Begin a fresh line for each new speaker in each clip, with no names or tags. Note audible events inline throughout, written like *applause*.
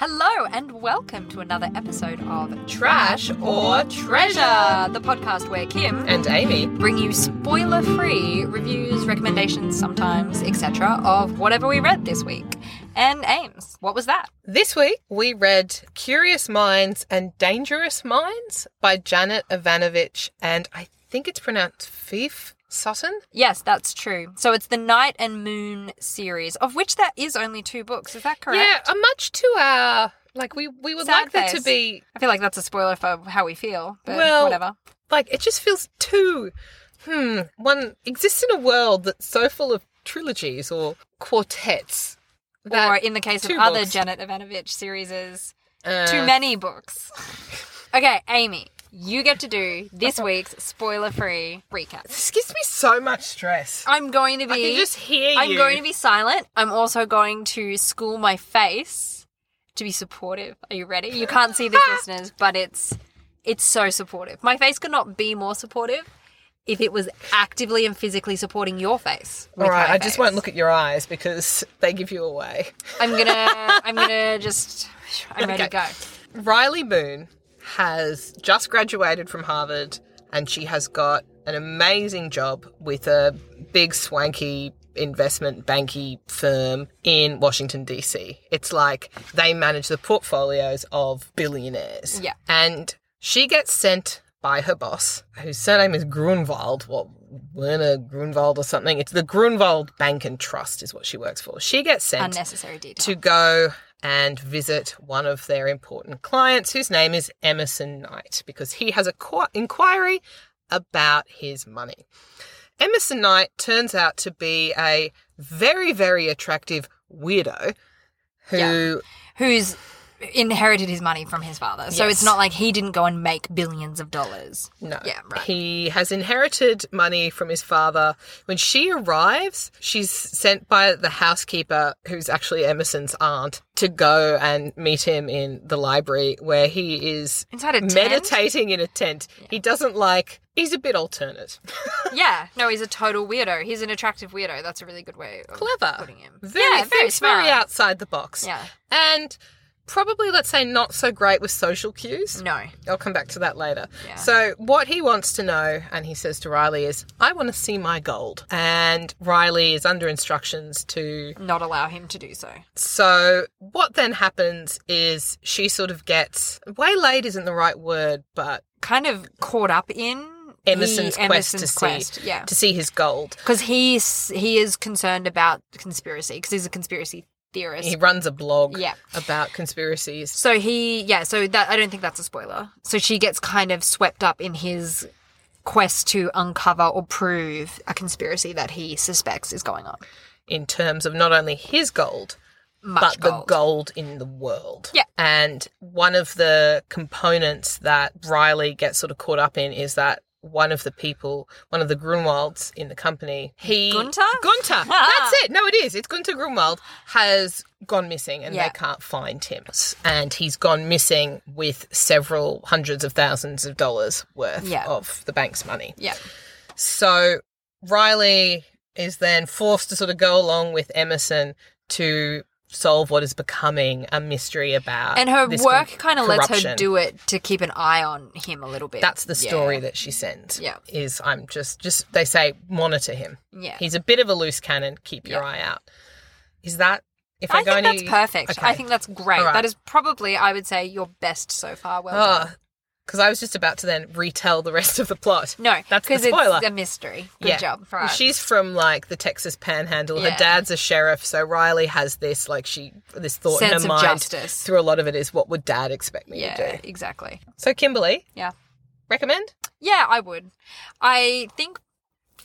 Hello and welcome to another episode of
Trash or Treasure.
the podcast where Kim
And Amy.
bring you spoiler-free reviews, recommendations, sometimes etc. of whatever we read this week. And Ames, what was that?
This week we read Curious Minds and Dangerous Minds by Janet Ivanovich and I think it's pronounced Fief Sutton.
Yes, that's true. So it's the Night and Moon series, of which there is only two books. Is that correct?
Yeah, a much to our like we we would
Sad
like there to
face.
be
I feel like that's a spoiler for how we feel, but
Well-
whatever.
like it just feels too hmm one exists in a world that's so full of trilogies or quartets that
or in the case of
two
other
books.
Janet Ivanovich series, is
uh,
too many books. okay, Amy, you get to do this week's spoiler-free recap.
this gives me so much stress.
I'm going to be
I can just hear
I'm
you.
going to be silent. I'm also going to school my face to be supportive. Are you ready? You can't see
*laughs*
this, listeners, but it's it's so supportive. My face could not be more supportive if it was actively and physically supporting your face.
All right, I just won't look at your eyes because *laughs* they give you away.
I'm gonna. I'm gonna just. I'm ready to go.
Okay. Riley Moon has just graduated from Harvard and she has got an amazing job with a big swanky investment banky firm in Washington DC. It's like they manage the portfolios of billionaires.
Yeah.
And she gets sent by her boss, whose surname is Grunwald, what Werner Grunwald or something. It's the Grunwald Bank and Trust is what she works for. She gets sent
Unnecessary detail.
to go and visit one of their important clients whose name is Emerson Knight because he has a qu- inquiry about his money. Emerson Knight turns out to be a very, very attractive weirdo who
Yeah. Who's inherited his money from his father? So it's
Yes.
not like he didn't go and make billions of dollars.
No.
Yeah, right.
He has inherited money from his father. When she arrives, she's sent by the housekeeper, who's actually Emerson's aunt, to go and meet him in the library where he is
Inside a tent?
meditating in a tent. He doesn't like, he's a bit alternate.
Yeah, no, he's a total weirdo. He's an attractive weirdo. That's a really good way. Of
Clever.
Putting him.
Very,
yeah, very
thinks very
smart.
outside the box.
Yeah.
And probably, let's say, not so great with social cues.
No.
I'll come back to that later.
Yeah.
So, what he wants to know, and he says to Riley, is I want to see my gold. And Riley is under instructions to.
Not allow him to do so.
So, what then happens is she sort of gets waylaid isn't the right word, but
Kind of caught up in
Emerson's
he-
quest
Emerson's
to
quest,
see
Yeah.
to see his gold.
Because he's he is concerned about conspiracy because he's a conspiracy theorist.
He runs a blog
Yeah.
about conspiracies.
so he yeah. So that I don't think that's a spoiler. So she gets kind of swept up in his quest to uncover or prove a conspiracy that he suspects is going on.
in terms of not only his gold,
Much
but the gold in the world.
Yeah.
And one of the components that Riley gets sort of caught up in is that one of the people, one of the Grunwalds in the company, he
Gunther? Ah. *laughs*
Gunter. That's it. No, it is. It's Gunter Grunwald has gone missing and
Yeah.
they can't find him. And he's gone missing with several hundreds of thousands of dollars worth
Yeah.
of the bank's money.
Yeah.
So Riley is then forced to sort of go along with Emerson to solve what is becoming a mystery about
And her
uh, this
work
con-
kind of lets her
corruption.
do it to keep an eye on him a little bit.
That's the story
Yeah.
that she sends.
Yeah.
is I'm just just they say monitor him.
yeah.
He's a bit of a loose cannon. Keep your
Yeah.
eye out. Is that if I,
I
go
think
any
that's perfect. I think that's great.
All right. Oh,
That is probably, I would say, your best so far. Well, done.
because Ah, I was just about to then retell the rest of the plot.
no,
that's the
because
spoiler.
it's a mystery. Good
Yeah.
job, right?
She's from like the Texas Panhandle.
Yeah.
Her dad's a sheriff, so Riley has this like she this thought in
sense
her
of
mind
justice.
through a lot of it is what would dad expect me to
Yeah,
do.
exactly.
So Kimberly,
Yeah,
recommend?
yeah, I would. I think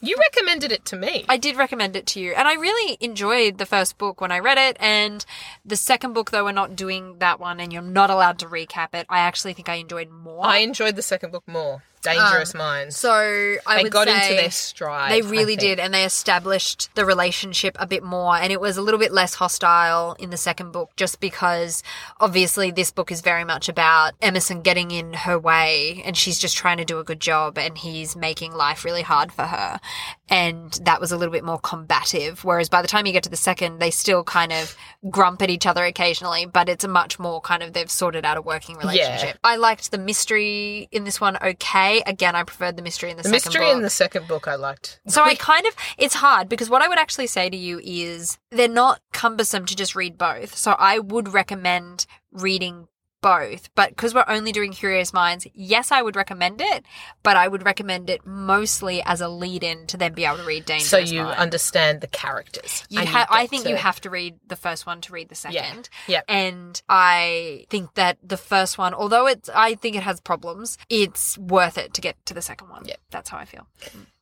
You recommended it to me.
I did recommend it to you, and I really enjoyed the first book when I read it. And the second book, though, we're not doing that one, and you're not allowed to recap it. I actually think I enjoyed more.
I enjoyed the second book more. Dangerous Minds.
so Um, I
they
would
got
say
into their stride.
They
I
really
think.
did, and they established the relationship a bit more, and it was a little bit less hostile in the second book, just because obviously this book is very much about Emerson getting in her way, and she's just trying to do a good job, and he's making life really hard for her. and that was a little bit more combative. Whereas by the time you get to the second, they still kind of grump at each other occasionally, but it's a much more kind of they've sorted out a working relationship. I liked the mystery in this one okay. Again, I preferred the mystery in the,
The
second
mystery
book.
in the second book I liked.
So I kind of it's hard because what I would actually say to you is they're not cumbersome to just read both. So I would recommend reading both, but because we're only doing Curious Minds, yes, I would recommend it, but I would recommend it mostly as a lead-in to then be able to read Dangerous
so you
Minds.
understand the characters.
You
and
ha-
get
I think you
to-
have to read the first one to read the second.
Yep.
And I think that the first one, although it's, I think it has problems, it's worth it to get to the second one.
Yep.
That's how I feel.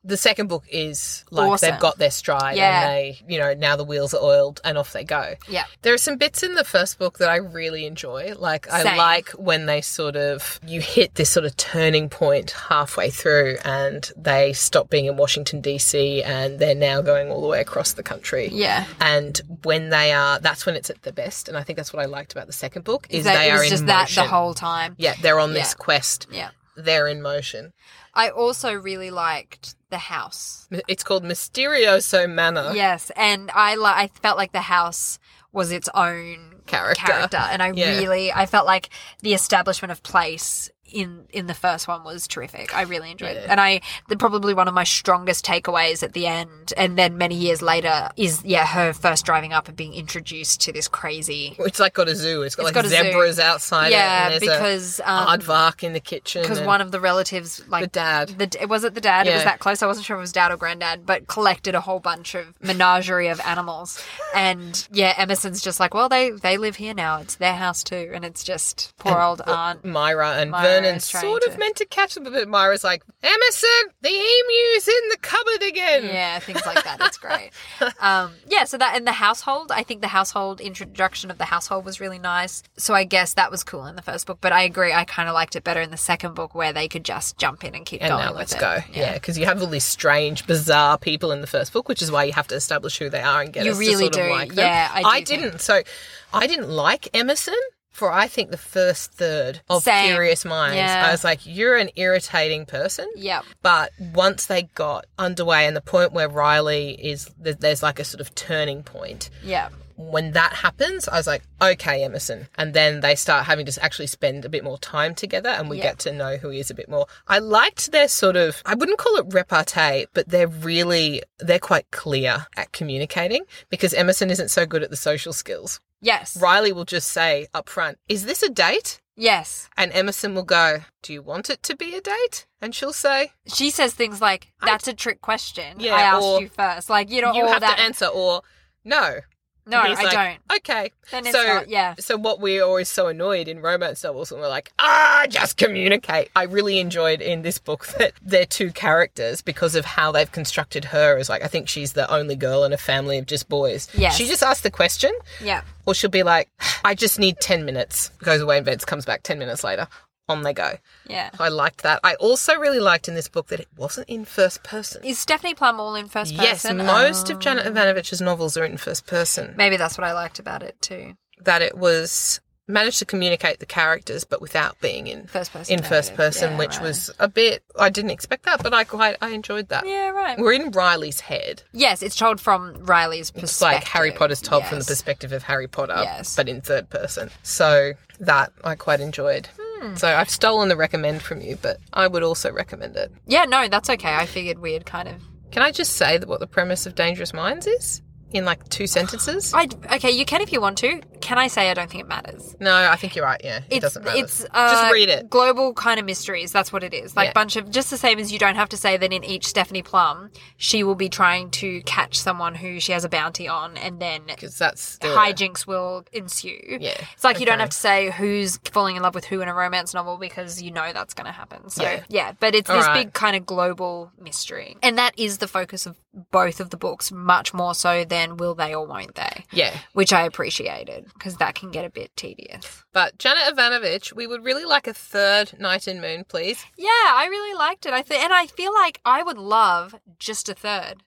The second book is like
Awesome.
they've got their stride
Yeah.
and they, you know, now the wheels are oiled and off they go.
Yeah.
There are some bits in the first book that I really enjoy. Like
Same.
I like when they sort of you hit this sort of turning point halfway through and they stop being in Washington DC and they're now going all the way across the country.
Yeah.
And when they are that's when it's at the best and I think that's what I liked about the second book is
that
they
it
are
was
in
just that
motion.
the whole time.
Yeah, they're on
Yeah.
this quest.
Yeah.
They're in motion.
I also really liked the house.
It's called Mysterioso Manor.
Yes, and I li- I felt like the house was its own
Character.
and I
Yeah.
really I felt like the establishment of place in in the first one was terrific. I really enjoyed it,
Yeah.
and I the, probably one of my strongest takeaways at the end, and then many years later is yeah her first driving up and being introduced to this crazy.
It's like got a zoo. It's got like
got a zoo.
zebras outside
Yeah,
it. and there's a-
because um,
aardvark in the kitchen.
because
and
one of the relatives like
the dad.
the d- was it the dad? It was
Yeah.
that close. I wasn't sure if it was dad or granddad, but collected a whole bunch of menagerie of animals. And yeah, Emerson's just like, well, they they live here now. It's their house too, and it's just poor old aunt.
Myra and
Myra
Vernon
is trying
sort of
to-
meant to catch them, but Myra's like, Emerson, the emu's in the cupboard again.
Yeah, things like that. It's
*laughs*
great. Um, yeah, so that in the household, I think the household introduction of the household was really nice. So I guess that was cool in the first book, but I agree. I kind of liked it better in the second book where they could just jump in and keep
And
going.
now
with
let's
it.
go. Yeah, because you have all these strange, bizarre people in the first book, which is why you have to establish who they are and get
You
us
really
to sort
do.
of like them.
Yeah, I do think-
didn't. So I didn't like Emerson for I think the first third of
Same.
Curious Minds.
Yeah.
I was like, you're an irritating person.
Yep.
But once they got underway and the point where Riley is, there- there's like a sort of turning point.
Yep.
When that happens, I was like, okay, Emerson. And then they start having to actually spend a bit more time together and we
Yeah.
get to know who he is a bit more. I liked their sort of, I wouldn't call it repartee, but they're really, they're quite clear at communicating because Emerson isn't so good at the social skills.
Yes.
Riley will just say up front, is this a date?
Yes.
And Emerson will go, do you want it to be a date? And she'll say,
she says things like that's a trick question
Yeah,
i asked
or-
you first like you know
you
all
have
that
to answer or no.
no i
And he's like,
don't
Okay.
then it's
so-
not yeah
So what we're always so annoyed in romance novels and we're like, ah, just communicate. I really enjoyed in this book that their two characters, because of how they've constructed her, is like I think she's the only girl in a family of just boys.
Yes.
She just asks the question
yeah
or she'll be like, I just need ten minutes. Goes away, invents, comes back ten minutes later. On they go.
yeah
I liked that. I also really liked in this book that it wasn't in first person.
is stephanie plum all in first person
Yes, most of
Um,
Janet Ivanovich's novels are in first person.
maybe that's what i liked about it too
That it was managed to communicate the characters, but without being in
first person
in first
narrative.
person,
Yeah,
which
right.
was a bit. I didn't expect that, but I quite I enjoyed that.
yeah right
We're in Riley's head.
yes it's told from riley's perspective
It's like Harry Potter's told from the
Yes.
perspective of Harry Potter,
Yes.
but in third person. So that I quite enjoyed.
Hmm.
So I've stolen the recommend from you, but I would also recommend it.
yeah no that's okay i figured we'd kind of
Can I just say that what the premise of Dangerous Minds is in like two
*gasps*
sentences?
i okay you can if you want to can i say i don't think it matters
No, I think you're right. Yeah, it
it's
doesn't matter.
it's uh,
just read it.
Global kind of mysteries. That's what it is. Like
Yeah.
bunch of just the same as you don't have to say that in each Stephanie Plum, she will be trying to catch someone who she has a bounty on, and then
because that's the-
hijinks will ensue.
Yeah,
It's like you don't
okay.
have to say who's falling in love with who in a romance novel because you know that's going to happen. So yeah,
Yeah.
but it's
All
this
right.
big kind of global mystery, and that is the focus of both of the books, much more so than will they or won't they,
Yeah,
which I appreciated because that can get a bit tedious.
but Janet Ivanovich, we would really like a third Night in Moon, please.
Yeah, I really liked it. I th- and I feel like I would love just a third.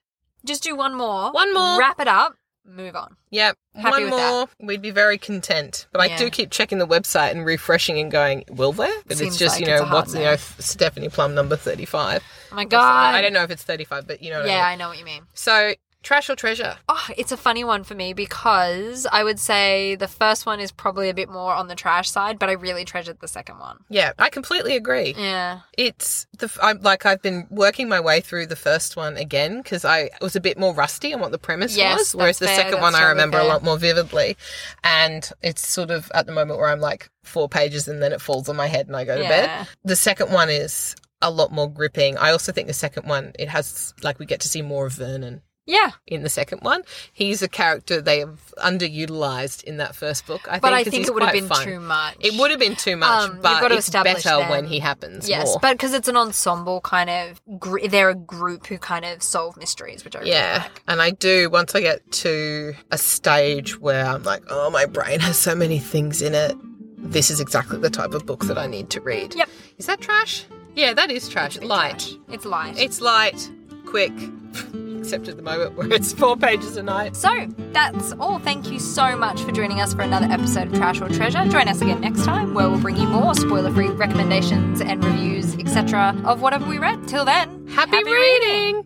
Just do one more.
One more.
Wrap it up. move on.
Yeah,
Happy
one
with that.
more, we'd be very content. But I
Yeah.
do keep checking the website and refreshing and going, will there? But
Seems
it's just,
like
you
it's
know,
a hard
what's, you
no.
know, Stephanie Plum number 35.
Oh my
Or something.
god.
I don't know if it's 35, but you know what I
Yeah,
mean.
I know what you mean.
So, trash or treasure?
Oh, it's a funny one for me because I would say the first one is probably a bit more on the trash side, but I really treasured the second one.
Yeah, I completely agree.
Yeah.
It's the f- I'm like I've been working my way through the first one again because I was a bit more rusty on what the premise
Yes,
was, whereas the
that's fair,
second one
that's
I
totally
remember a
fair.
lot more vividly. And it's sort of at the moment where I'm like four pages and then it falls on my head and I go to bed.
yeah.
The second one is a lot more gripping. I also think the second one it has like we get to see more of Vernon
Yeah.
in the second one. He's a character they have underutilized in that first book. I think,
But I
'cause
think
he's
it would have
quite
been
fun.
too much.
It would have been too much,
Um, you've
but
got to
it's
establish
better when
them.
he happens
Yes,
more.
but because it's an ensemble kind of, gr- they're a group who kind of solve mysteries, which I really
Yeah.
like.
And I do, once I get to a stage where I'm like, oh, my brain has so many things in it, this is exactly the type of book that I need to read.
Yep.
Is that trash? Yeah, that is trash.
It's
Light.
It's light.
It's light, quick, *laughs* except at the moment where it's four pages a night.
so that's all. Thank you so much for joining us for another episode of Trash or Treasure. Join us again next time, where we'll bring you more spoiler-free recommendations and reviews, etc., of whatever we read. Till then,
Happy, reading.